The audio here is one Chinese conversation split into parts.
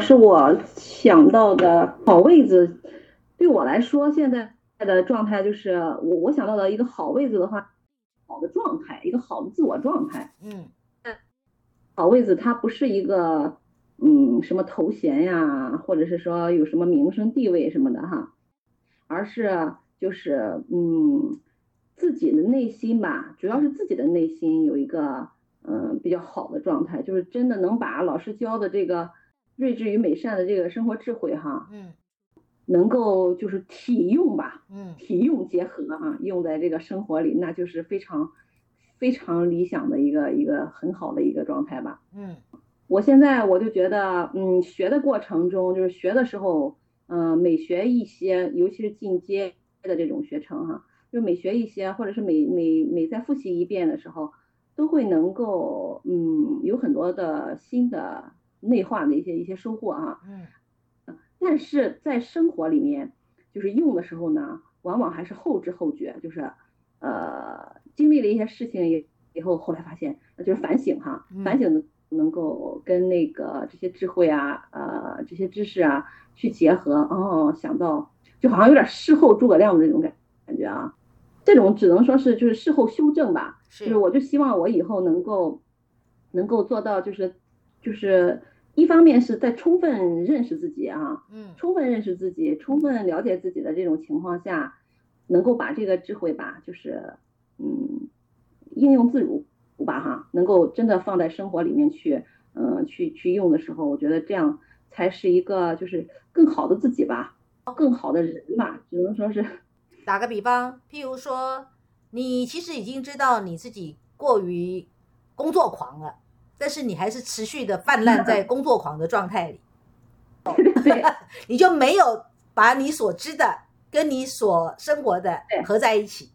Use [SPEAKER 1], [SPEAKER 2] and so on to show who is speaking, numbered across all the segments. [SPEAKER 1] 是我想到的好位置。对我来说，现在的状态就是我我想到的一个好位置的话，好的状态，一个好的自我状态。
[SPEAKER 2] 嗯
[SPEAKER 1] 好位置它不是一个嗯什么头衔呀，或者是说有什么名声地位什么的哈，而是就是嗯自己的内心吧，主要是自己的内心有一个嗯比较好的状态，就是真的能把老师教的这个睿智与美善的这个生活智慧哈，
[SPEAKER 2] 嗯
[SPEAKER 1] 能够就是体用吧，
[SPEAKER 2] 嗯
[SPEAKER 1] 体用结合啊，用在这个生活里，那就是非常非常理想的一个一个很好的一个状态吧。
[SPEAKER 2] 嗯
[SPEAKER 1] 我现在我就觉得，嗯，学的过程中，就是学的时候，嗯、每学一些，尤其是进阶的这种学程哈、就每学一些，或者是每每每再复习一遍的时候，都会能够，嗯，有很多的新的内化的一些一些收获啊。
[SPEAKER 2] 嗯
[SPEAKER 1] 但是在生活里面，就是用的时候呢，往往还是后知后觉，就是呃经历了一些事情以以后，后来发现呃就是反省哈
[SPEAKER 2] 嗯，
[SPEAKER 1] 反省能够跟那个这些智慧啊，呃这些知识啊去结合，哦，想到就好像有点事后诸葛亮的那种感感觉啊，这种只能说是就是事后修正吧，
[SPEAKER 2] 是
[SPEAKER 1] 就是我就希望我以后能够能够做到，就是就是一方面是在充分认识自己啊，
[SPEAKER 2] 嗯
[SPEAKER 1] 充分认识自己，充分了解自己的这种情况下，能够把这个智慧吧，就是嗯应用自如吧哈，能够真的放在生活里面去，嗯、去去用的时候，我觉得这样才是一个就是更好的自己吧，更好的人吧，只能说是
[SPEAKER 2] 打个比方，譬如说，你其实已经知道你自己过于工作狂了，但是你还是持续的泛滥在工作狂的状态里，
[SPEAKER 1] 对。
[SPEAKER 2] 你就没有把你所知的跟你所生活的
[SPEAKER 1] 对
[SPEAKER 2] 合在一起。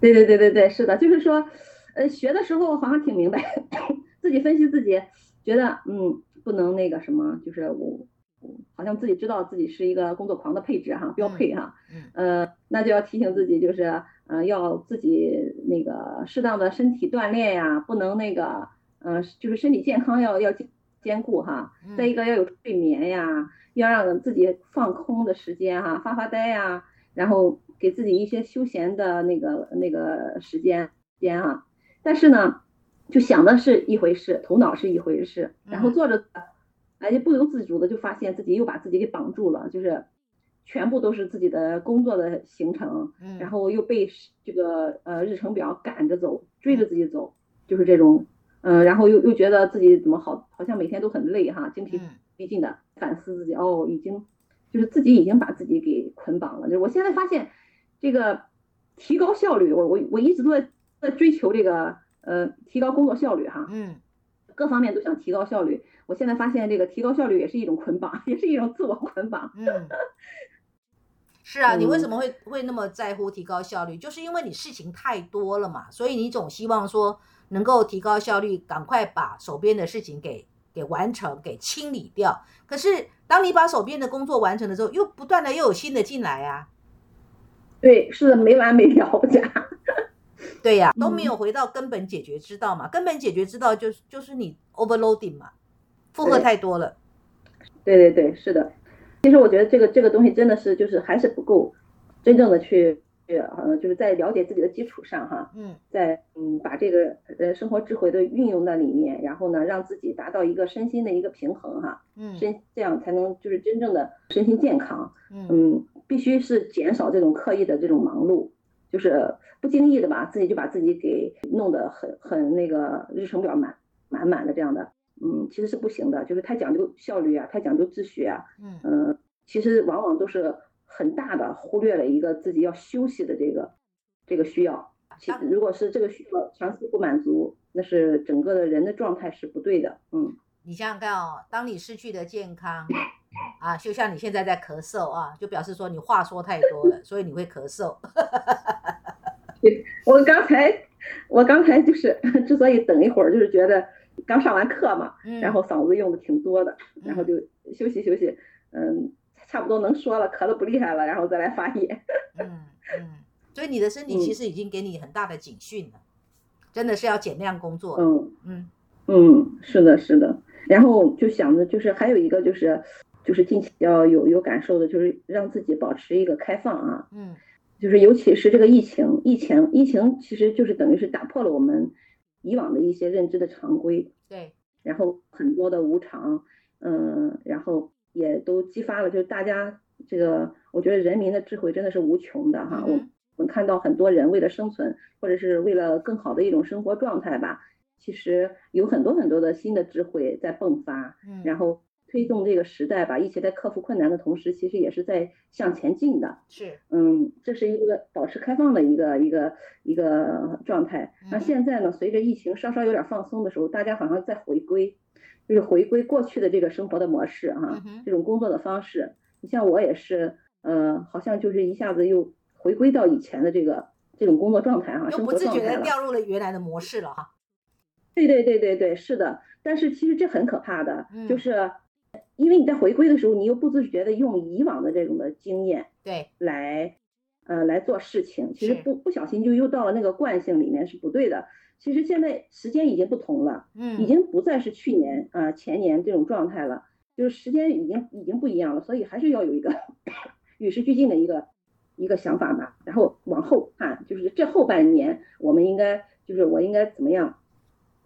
[SPEAKER 1] 对对对对对，是的，就是说，呃，学的时候好像挺明白， 自己分析自己，觉得嗯，不能那个什么，就是我，我好像自己知道自己是一个工作狂的配置哈，标配哈，呃，那就要提醒自己，就是呃，要自己那个适当的身体锻炼呀，不能那个，呃，就是身体健康要要兼兼顾哈，
[SPEAKER 2] 嗯
[SPEAKER 1] 再一个要有睡眠呀，要让自己放空的时间哈、发发呆呀、然后给自己一些休闲的那个那个时间时间啊。但是呢，就想的是一回事，头脑是一回事，然后
[SPEAKER 2] 嗯
[SPEAKER 1] 做着，哎，就不由自主的就发现自己又把自己给绑住了，就是全部都是自己的工作的行程，
[SPEAKER 2] 嗯，
[SPEAKER 1] 然后又被时这个呃日程表赶着走，追着自己走，就是这种，嗯、然后又又觉得自己怎么好，好像每天都很累哈，精疲
[SPEAKER 2] 嗯
[SPEAKER 1] 力尽的，反思自己哦，已经就是自己已经把自己给捆绑了。就是我现在发现，这个提高效率，我我我一直都在在追求这个呃提高工作效率哈，
[SPEAKER 2] 嗯
[SPEAKER 1] 各方面都想提高效率。我现在发现这个提高效率也是一种捆绑， 也是一种自我捆绑。
[SPEAKER 2] 嗯，是啊，你为
[SPEAKER 1] 嗯
[SPEAKER 2] 什么会会那么在乎提高效率？就是因为你事情太多了嘛，所以你总希望说能够提高效率，赶快把手边的事情给给完成、给清理掉。可是当你把手边的工作完成了之后，又不断的又有新的进来啊，
[SPEAKER 1] 对，是的，没完没了家。
[SPEAKER 2] 对呀、都没
[SPEAKER 1] 嗯
[SPEAKER 2] 有回到根本解决之道嘛。根本解决之道就是就是你 overloading 嘛，负荷
[SPEAKER 1] 对
[SPEAKER 2] 太多了。
[SPEAKER 1] 对对对，是的。其实我觉得这个这个东西真的是就是还是不够，真正的去呃就是在了解自己的基础上哈，
[SPEAKER 2] 嗯
[SPEAKER 1] 在嗯把这个呃生活智慧的运用在里面，然后呢让自己达到一个身心的一个平衡哈，
[SPEAKER 2] 嗯
[SPEAKER 1] 身这样才能就是真正的身心健康。
[SPEAKER 2] 嗯
[SPEAKER 1] 嗯，必须是减少这种刻意的这种忙碌，就是不经意的吧，自己就把自己给弄得很很那个日程表满满满的这样的，嗯，其实是不行的，就是太讲究效率啊，太讲究秩序啊，
[SPEAKER 2] 嗯
[SPEAKER 1] 嗯，其实往往都是很大的忽略了一个自己要休息的这个这个需要。其
[SPEAKER 2] 当
[SPEAKER 1] 如果是这个需要长期不满足，那是整个的人的状态是不对的。嗯，
[SPEAKER 2] 你想想看哦，当你失去了健康啊，就像你现在在咳嗽啊，就表示说你话说太多了，所以你会咳嗽。
[SPEAKER 1] 我刚才我刚才就是 之所以等一会儿，就是觉得刚上完课嘛，
[SPEAKER 2] 嗯，
[SPEAKER 1] 然后嗓子用的挺多的，然后
[SPEAKER 2] 嗯
[SPEAKER 1] 就休息休息，嗯，差不多能说了，咳的不厉害了，然后再来发 言。
[SPEAKER 2] 嗯嗯，所以你的身体其实已经给你很大的警讯了，真的是要减量工作了。
[SPEAKER 1] 嗯。
[SPEAKER 2] 嗯
[SPEAKER 1] 嗯，是的，是的。然后就想着，就是还有一个就是就是近期要有有感受的，就是让自己保持一个开放啊，
[SPEAKER 2] 嗯
[SPEAKER 1] 就是尤其是这个疫情，疫情，疫情其实就是等于是打破了我们以往的一些认知的常规，
[SPEAKER 2] 对，
[SPEAKER 1] 然后很多的无常，嗯，然后也都激发了，就是大家这个，我觉得人民的智慧真的是无穷的哈。我
[SPEAKER 2] 嗯
[SPEAKER 1] 我们看到很多人为了生存，或者是为了更好的一种生活状态吧，其实有很多很多的新的智慧在迸发，
[SPEAKER 2] 嗯，
[SPEAKER 1] 然后推动这个时代吧，一起在克服困难的同时，其实也是在向前进的。
[SPEAKER 2] 是
[SPEAKER 1] 嗯，这是一个保持开放的一个一个一个状态。那
[SPEAKER 2] 嗯
[SPEAKER 1] 现在呢，随着疫情稍稍有点放松的时候，大家好像在回归，就是回归过去的这个生活的模式哈、
[SPEAKER 2] 嗯哼
[SPEAKER 1] 这种工作的方式。你像我也是，呃，好像就是一下子又回归到以前的这个这种工作状态哈、
[SPEAKER 2] 又
[SPEAKER 1] 生
[SPEAKER 2] 不
[SPEAKER 1] 活
[SPEAKER 2] 自
[SPEAKER 1] 状
[SPEAKER 2] 觉
[SPEAKER 1] 态
[SPEAKER 2] 的
[SPEAKER 1] 了。
[SPEAKER 2] 掉入了原来的模式了哈，
[SPEAKER 1] 对对对对对，是的。但是其实这很可怕的，
[SPEAKER 2] 嗯
[SPEAKER 1] 就是因为你在回归的时候，你又不自觉的用以往的这种的经验。
[SPEAKER 2] 对，
[SPEAKER 1] 来，呃，来做事情，其实
[SPEAKER 2] 是
[SPEAKER 1] 不不小心就又到了那个惯性里面是不对的。其实现在时间已经不同了，
[SPEAKER 2] 嗯，
[SPEAKER 1] 已经不再是去年啊、呃前年这种状态了，就是时间已经已经不一样了，所以还是要有一个与时俱进的一个一个想法吧。然后往后看，就是这后半年我们应该就是我应该怎么样，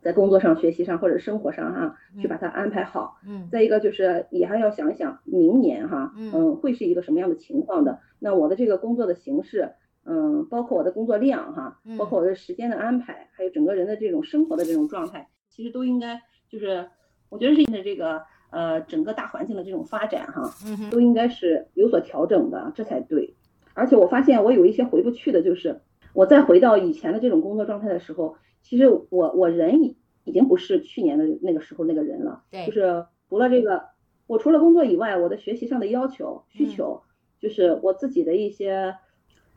[SPEAKER 1] 在工作上、学习上或者生活上哈、去把它安排好。
[SPEAKER 2] 嗯
[SPEAKER 1] 再一个就是也还要想一想明年哈，
[SPEAKER 2] 嗯
[SPEAKER 1] 嗯，会是一个什么样的情况的？那我的这个工作的形式，嗯，包括我的工作量哈，包括我的时间的安排，还有整个人的这种生活的这种状态，其实都应该就是我觉得是的这个呃整个大环境的这种发展哈，
[SPEAKER 2] 嗯哼，
[SPEAKER 1] 都应该是有所调整的，这才对。而且我发现我有一些回不去的，就是我再回到以前的这种工作状态的时候，其实我我人已已经不是去年的那个时候那个人了。
[SPEAKER 2] 对，
[SPEAKER 1] 就是除了这个，我除了工作以外，我的学习上的要求、需
[SPEAKER 2] 嗯
[SPEAKER 1] 求，就是我自己的一些，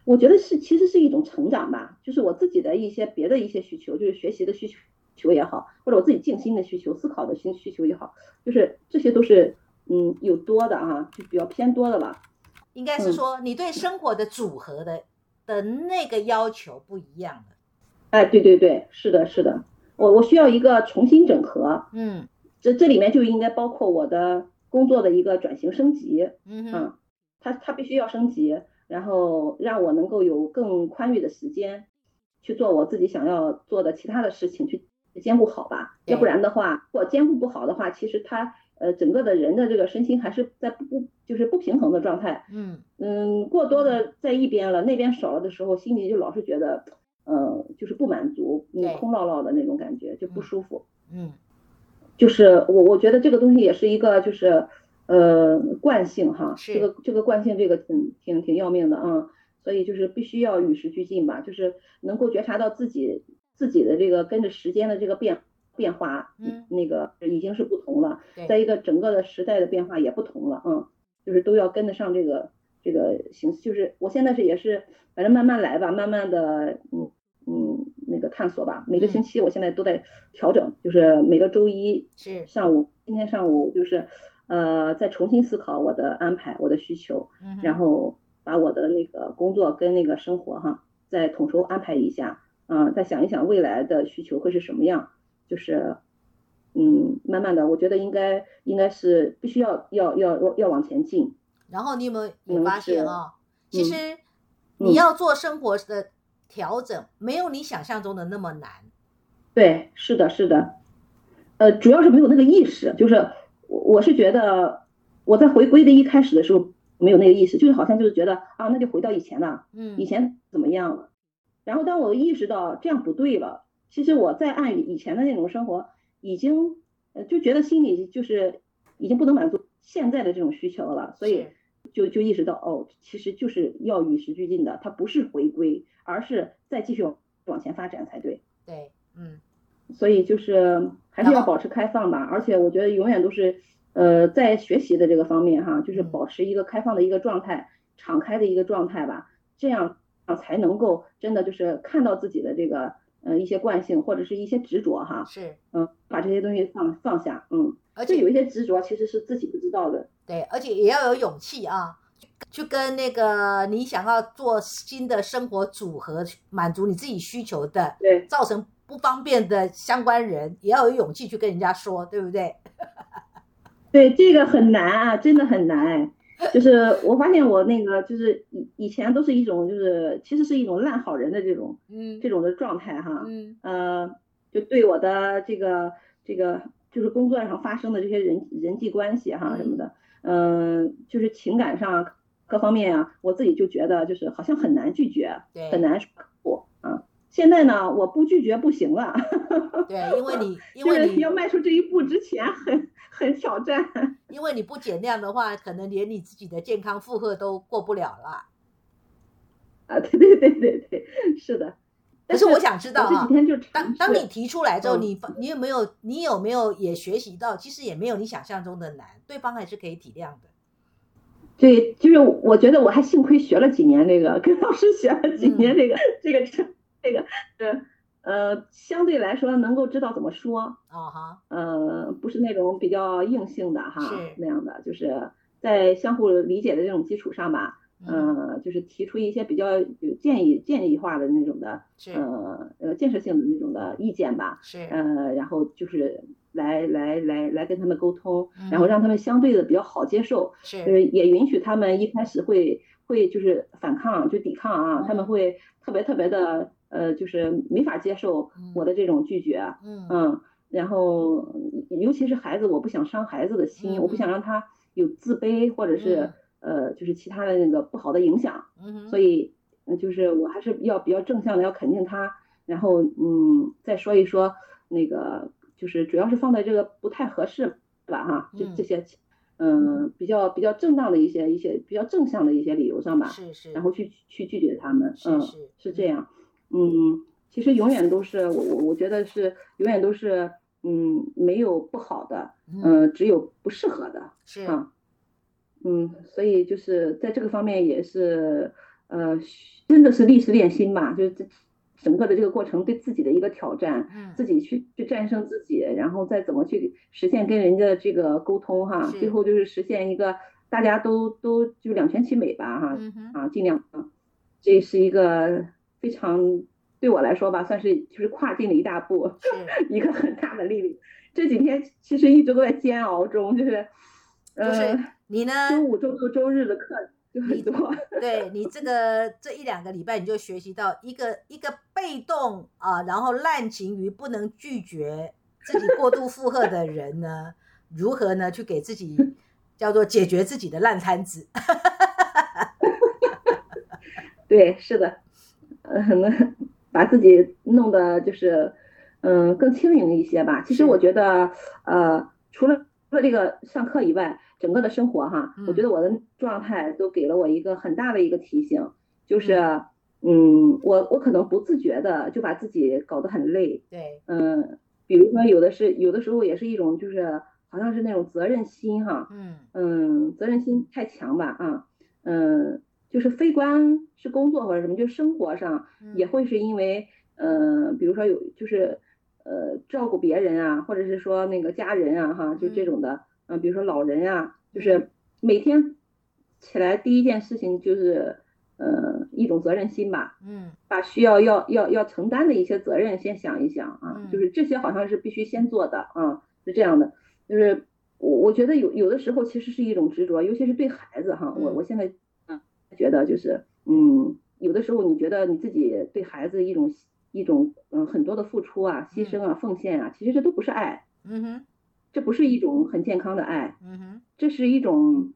[SPEAKER 1] 我觉得是其实是一种成长吧，就是我自己的一些别的一些需求，就是学习的需求也好，或者我自己静心的需求、思考的需需求也好，就是这些都是嗯有多的啊，就比较偏多的吧。
[SPEAKER 2] 应该是
[SPEAKER 1] 嗯
[SPEAKER 2] 说你对生活的组合的的那个要求不一样了，
[SPEAKER 1] 哎，对对对，是的，是的，我我需要一个重新整合，
[SPEAKER 2] 嗯
[SPEAKER 1] 这这里面就应该包括我的工作的一个转型升级。
[SPEAKER 2] 嗯哼，
[SPEAKER 1] 嗯，它它必须要升级，然后让我能够有更宽裕的时间去做我自己想要做的其他的事情，去兼顾好吧。要不
[SPEAKER 2] 对
[SPEAKER 1] 然的话，我兼顾不好的话，其实他呃整个的人的这个身心还是在不不就是不平衡的状态。
[SPEAKER 2] 嗯
[SPEAKER 1] 嗯，过多的在一边了，那边少了的时候，心里就老是觉得。呃，就是不满足，
[SPEAKER 2] 对
[SPEAKER 1] 嗯，空落落的那种感觉就不
[SPEAKER 2] 嗯
[SPEAKER 1] 舒服。
[SPEAKER 2] 嗯，
[SPEAKER 1] 就是我我觉得这个东西也是一个就是呃惯性哈，
[SPEAKER 2] 是
[SPEAKER 1] 这个这个惯性这个挺挺挺要命的啊，所以就是必须要与时俱进吧，就是能够觉察到自己自己的这个跟着时间的这个变变化，
[SPEAKER 2] 嗯，
[SPEAKER 1] 那个已经是不同了，
[SPEAKER 2] 对
[SPEAKER 1] 再一个整个的时代的变化也不同了啊，就是都要跟得上这个这个形，就是我现在是也是反正慢慢来吧，慢慢的嗯。嗯，那个探索吧。每个
[SPEAKER 2] 嗯
[SPEAKER 1] 星期，我现在都在调整，就是每个周一
[SPEAKER 2] 是，
[SPEAKER 1] 上午，今天上午就是，呃，再重新思考我的安排、我的需求，
[SPEAKER 2] 嗯哼
[SPEAKER 1] 然后把我的那个工作跟那个生活哈，再统筹安排一下，啊、再想一想未来的需求会是什么样，就是，嗯，慢慢的，我觉得应该应该是必须要要要要要往前进，
[SPEAKER 2] 然后你有没有也
[SPEAKER 1] 嗯
[SPEAKER 2] 发现
[SPEAKER 1] 是
[SPEAKER 2] 啊、其
[SPEAKER 1] 嗯
[SPEAKER 2] 实
[SPEAKER 1] 嗯
[SPEAKER 2] 你要做生活的调整，没有你想象中的那么难。
[SPEAKER 1] 对，是的，是的，呃，主要是没有那个意识，就是我我是觉得我在回归的一开始的时候没有那个意识，就是好像就是觉得啊，那就回到以前了。
[SPEAKER 2] 嗯
[SPEAKER 1] 以前怎么样了。然后当我意识到这样不对了，其实我再按以前的那种生活，已经呃就觉得心里就是已经不能满足现在的这种需求了，所以
[SPEAKER 2] 是
[SPEAKER 1] 就就意识到哦，其实就是要与时俱进的，它不是回归，而是再继续往前发展才对。
[SPEAKER 2] 对，嗯
[SPEAKER 1] 所以就是还是
[SPEAKER 2] 然
[SPEAKER 1] 要
[SPEAKER 2] 后
[SPEAKER 1] 保持开放吧，而且我觉得永远都是，呃，在学习的这个方面哈，就是
[SPEAKER 2] 嗯
[SPEAKER 1] 保持一个开放的一个状态，敞开的一个状态吧，这样啊才能够真的就是看到自己的这个呃一些惯性或者是一些执着哈，
[SPEAKER 2] 是，
[SPEAKER 1] 嗯，把这些东西放放下，嗯，
[SPEAKER 2] 而
[SPEAKER 1] 就
[SPEAKER 2] 且
[SPEAKER 1] 有一些执着其实是自己不知道的，
[SPEAKER 2] 对，而且也要有勇气啊，去跟那个你想要做新的生活组合，满足你自己需求的，
[SPEAKER 1] 对，
[SPEAKER 2] 造成不方便的相关人，也要有勇气去跟人家说，对不对？
[SPEAKER 1] 对，这个很难啊，真的很难。就是我发现我那个就是以以前都是一种就是其实是一种烂好人的这种
[SPEAKER 2] 嗯
[SPEAKER 1] 这种的状态哈，
[SPEAKER 2] 嗯
[SPEAKER 1] 呃，就对我的这个这个就是工作上发生的这些人人际关系哈什么的，嗯、就是情感上各方面啊，我自己就觉得就是好像很难拒绝，
[SPEAKER 2] 对
[SPEAKER 1] 很难说不啊。现在呢，我不拒绝不行了，
[SPEAKER 2] 对，因为你因
[SPEAKER 1] 就
[SPEAKER 2] 为
[SPEAKER 1] 是
[SPEAKER 2] 你
[SPEAKER 1] 要迈出这一步之前很很挑战。
[SPEAKER 2] 因为你不减量的话，可能连你自己的健康负荷都过不了啦。
[SPEAKER 1] 啊，对对对对对，是的。
[SPEAKER 2] 可
[SPEAKER 1] 但
[SPEAKER 2] 是我想知道
[SPEAKER 1] 这
[SPEAKER 2] 哈
[SPEAKER 1] 几天就尝
[SPEAKER 2] 当
[SPEAKER 1] 试
[SPEAKER 2] 当你提出来之后，
[SPEAKER 1] 嗯
[SPEAKER 2] 你发你有没有你有没有也学习到，其实也没有你想象中的难，对方还是可以体谅的。
[SPEAKER 1] 对，就是我觉得我还幸亏学了几年这个，跟老师学了
[SPEAKER 2] 嗯
[SPEAKER 1] 几年这个、这个这这个呃呃，相对来说能够知道怎么说，
[SPEAKER 2] 啊哈，
[SPEAKER 1] 呃，不是那种比较硬性的哈
[SPEAKER 2] 是
[SPEAKER 1] 那样的，就是在相互理解的这种基础上吧，
[SPEAKER 2] 嗯，
[SPEAKER 1] 呃，就是提出一些比较有建议建议化的那种的
[SPEAKER 2] 是
[SPEAKER 1] 呃呃建设性的那种的意见吧，
[SPEAKER 2] 是，
[SPEAKER 1] 呃，然后就是来来来来跟他们沟通，然后
[SPEAKER 2] 嗯
[SPEAKER 1] 让他们相对的比较好接受，就是是也允许他们一开始会会就是反抗就抵抗啊，他们
[SPEAKER 2] 嗯
[SPEAKER 1] 会特别特别的呃，就是没法接受我
[SPEAKER 2] 嗯
[SPEAKER 1] 的这种拒绝，
[SPEAKER 2] 嗯
[SPEAKER 1] 嗯，然后尤其是孩子，我不想伤孩子的心，我不
[SPEAKER 2] 嗯
[SPEAKER 1] 想让他有自卑或者是呃就是其他的那个不好的影响，
[SPEAKER 2] 嗯
[SPEAKER 1] 所
[SPEAKER 2] 哼，
[SPEAKER 1] 以呃就是我还是要比较正向的，要肯定他，然后嗯，再说一说那个，就是主要是放在这个不太合适吧哈，这
[SPEAKER 2] 嗯
[SPEAKER 1] 这些，嗯、比较比较正当的一些一些比较正向的一些理由上吧，
[SPEAKER 2] 是是，
[SPEAKER 1] 啊然后去去拒绝他们，
[SPEAKER 2] 是
[SPEAKER 1] 嗯，
[SPEAKER 2] 是
[SPEAKER 1] 是这样，嗯，其实永远都是我我我觉得是永远都是嗯没有不好的，
[SPEAKER 2] 嗯
[SPEAKER 1] 呃，只有不适合的，
[SPEAKER 2] 是
[SPEAKER 1] 啊，嗯，所以就是在这个方面也是，呃，真的是历史练心吧，就是这整个的这个过程对自己的一个挑战，
[SPEAKER 2] 嗯
[SPEAKER 1] 自己去去战胜自己，然后再怎么去实现跟人家这个沟通哈，
[SPEAKER 2] 是
[SPEAKER 1] 最后就是实现一个大家都都就两全其美吧哈，
[SPEAKER 2] 嗯哼
[SPEAKER 1] 啊，尽量啊，这是一个非常对我来说吧，算是就是跨进了一大步。
[SPEAKER 2] 是，
[SPEAKER 1] 一个很大的力量。这几天其实一直都在煎熬中，就是，
[SPEAKER 2] 就是
[SPEAKER 1] 呃，
[SPEAKER 2] 你呢？
[SPEAKER 1] 周五、周六、周日的课就很
[SPEAKER 2] 你
[SPEAKER 1] 多，
[SPEAKER 2] 对你这个这一两个礼拜，你就学习到一个一个被动啊，然后滥情于不能拒绝自己过度负荷的人呢，如何呢去给自己 叫做解决自己的烂摊子？
[SPEAKER 1] 对，是的，嗯，把自己弄得就是，嗯，更轻盈一些吧。其
[SPEAKER 2] 是
[SPEAKER 1] 实我觉得，呃，除了除了这个上课以外，整个的生活哈，我觉
[SPEAKER 2] 嗯
[SPEAKER 1] 得我的状态都给了我一个很大的一个提醒，就是，嗯，我我可能不自觉的就把自己搞得很累，
[SPEAKER 2] 对，
[SPEAKER 1] 嗯，比如说有的是有的时候也是一种就是好像是那种责任心哈，
[SPEAKER 2] 嗯
[SPEAKER 1] 嗯，责任心太强吧啊，嗯，就是非光是工作或者什么，就生活上
[SPEAKER 2] 嗯
[SPEAKER 1] 也会是因为呃，比如说有就是呃照顾别人啊，或者是说那个家人啊哈，就这
[SPEAKER 2] 嗯
[SPEAKER 1] 种的，嗯、比如说老人啊，就是每天起来第一件事情就是呃一种责任心吧，
[SPEAKER 2] 嗯
[SPEAKER 1] 把需要要要要承担的一些责任先想一想啊，
[SPEAKER 2] 嗯
[SPEAKER 1] 就是这些好像是必须先做的啊，是这样的，就是我我觉得有有的时候其实是一种执着，尤其是对孩子哈，我
[SPEAKER 2] 嗯
[SPEAKER 1] 我现在嗯觉得就是嗯，有的时候你觉得你自己对孩子一种一种嗯很多的付出啊、牺牲啊、奉献啊，其实这都不是爱，
[SPEAKER 2] 嗯哼
[SPEAKER 1] 这不是一种很健康的爱，
[SPEAKER 2] 嗯哼
[SPEAKER 1] 这是一种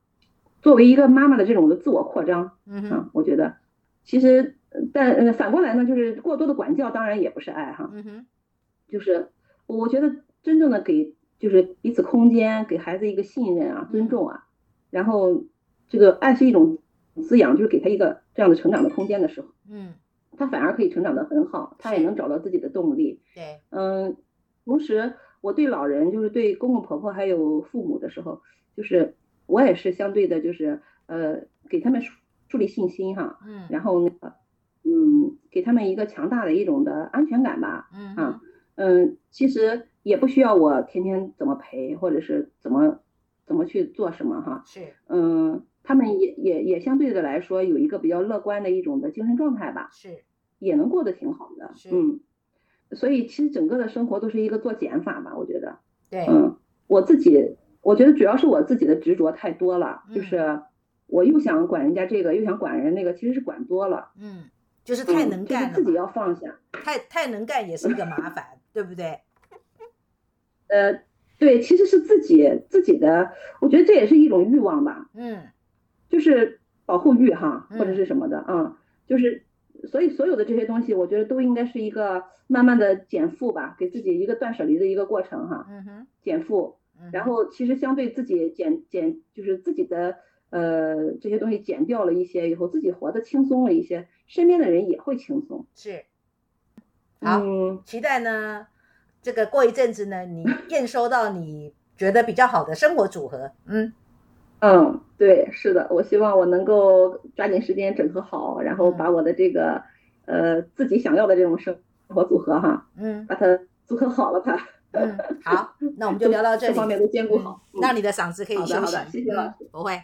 [SPEAKER 1] 作为一个妈妈的这种的自我扩张。
[SPEAKER 2] 嗯哼
[SPEAKER 1] 啊，我觉得其实，呃但呃，反过来呢，就是过多的管教当然也不是爱哈，
[SPEAKER 2] 嗯哼
[SPEAKER 1] 就是我觉得真正的给就是彼此空间，给孩子一个信任啊、
[SPEAKER 2] 嗯
[SPEAKER 1] 尊重啊，然后这个爱是一种滋养，就是给他一个这样的成长的空间的时候，
[SPEAKER 2] 嗯，
[SPEAKER 1] 他反而可以成长得很好，他也
[SPEAKER 2] 是
[SPEAKER 1] 能找到自己的动力。
[SPEAKER 2] 对，
[SPEAKER 1] 嗯，同时我对老人，就是对公公婆婆还有父母的时候，就是我也是相对的，就是呃，给他们树树立信心哈、
[SPEAKER 2] 嗯
[SPEAKER 1] 然后那个，嗯，给他们一个强大的一种的安全感吧。
[SPEAKER 2] 嗯
[SPEAKER 1] 啊
[SPEAKER 2] 哼
[SPEAKER 1] 嗯，其实也不需要我天天怎么陪，或者是怎么怎么去做什么哈。
[SPEAKER 2] 是
[SPEAKER 1] 嗯，他们也也也相对的来说有一个比较乐观的一种的精神状态吧，
[SPEAKER 2] 是
[SPEAKER 1] 也能过得挺好的
[SPEAKER 2] 是。
[SPEAKER 1] 嗯，所以其实整个的生活都是一个做减法吧，我觉得。
[SPEAKER 2] 对，
[SPEAKER 1] 嗯，我自己我觉得主要是我自己的执着太多了，就
[SPEAKER 2] 嗯
[SPEAKER 1] 是我又想管人家这个，又想管人那个，其实是管多了，
[SPEAKER 2] 嗯，就是太
[SPEAKER 1] 嗯
[SPEAKER 2] 能
[SPEAKER 1] 就是
[SPEAKER 2] 干了
[SPEAKER 1] 自己
[SPEAKER 2] 嘛，
[SPEAKER 1] 要放下。
[SPEAKER 2] 太太能干也是一个麻烦，对不对？
[SPEAKER 1] 呃，对，其实是自己自己的，我觉得这也是一种欲望吧，
[SPEAKER 2] 嗯
[SPEAKER 1] 就是保护欲哈，
[SPEAKER 2] 嗯
[SPEAKER 1] 或者是什么的啊、嗯就是所以所有的这些东西，我觉得都应该是一个慢慢的减负吧，给自己一个断舍离的一个过程哈，
[SPEAKER 2] 嗯哼，
[SPEAKER 1] 减负。
[SPEAKER 2] 嗯
[SPEAKER 1] 然
[SPEAKER 2] 哼
[SPEAKER 1] 后其实相对自己减减，就是自己的呃这些东西减掉了一些以后，自己活得轻松了一些，身边的人也会轻松。
[SPEAKER 2] 是好
[SPEAKER 1] 嗯，
[SPEAKER 2] 期待呢，这个过一阵子呢，你验收到你觉得比较好的生活组合，嗯
[SPEAKER 1] 嗯，对，是的，我希望我能够抓紧时间整合好，然
[SPEAKER 2] 嗯
[SPEAKER 1] 后把我的这个呃自己想要的这种生活组合哈，
[SPEAKER 2] 嗯
[SPEAKER 1] 把它组合好了吧，
[SPEAKER 2] 嗯，好，那我们就聊到这
[SPEAKER 1] 各
[SPEAKER 2] 里，
[SPEAKER 1] 方面都兼顾好
[SPEAKER 2] 嗯。让你的嗓子可以
[SPEAKER 1] 好的
[SPEAKER 2] 休
[SPEAKER 1] 好
[SPEAKER 2] 息
[SPEAKER 1] 的，谢谢老
[SPEAKER 2] 嗯不会。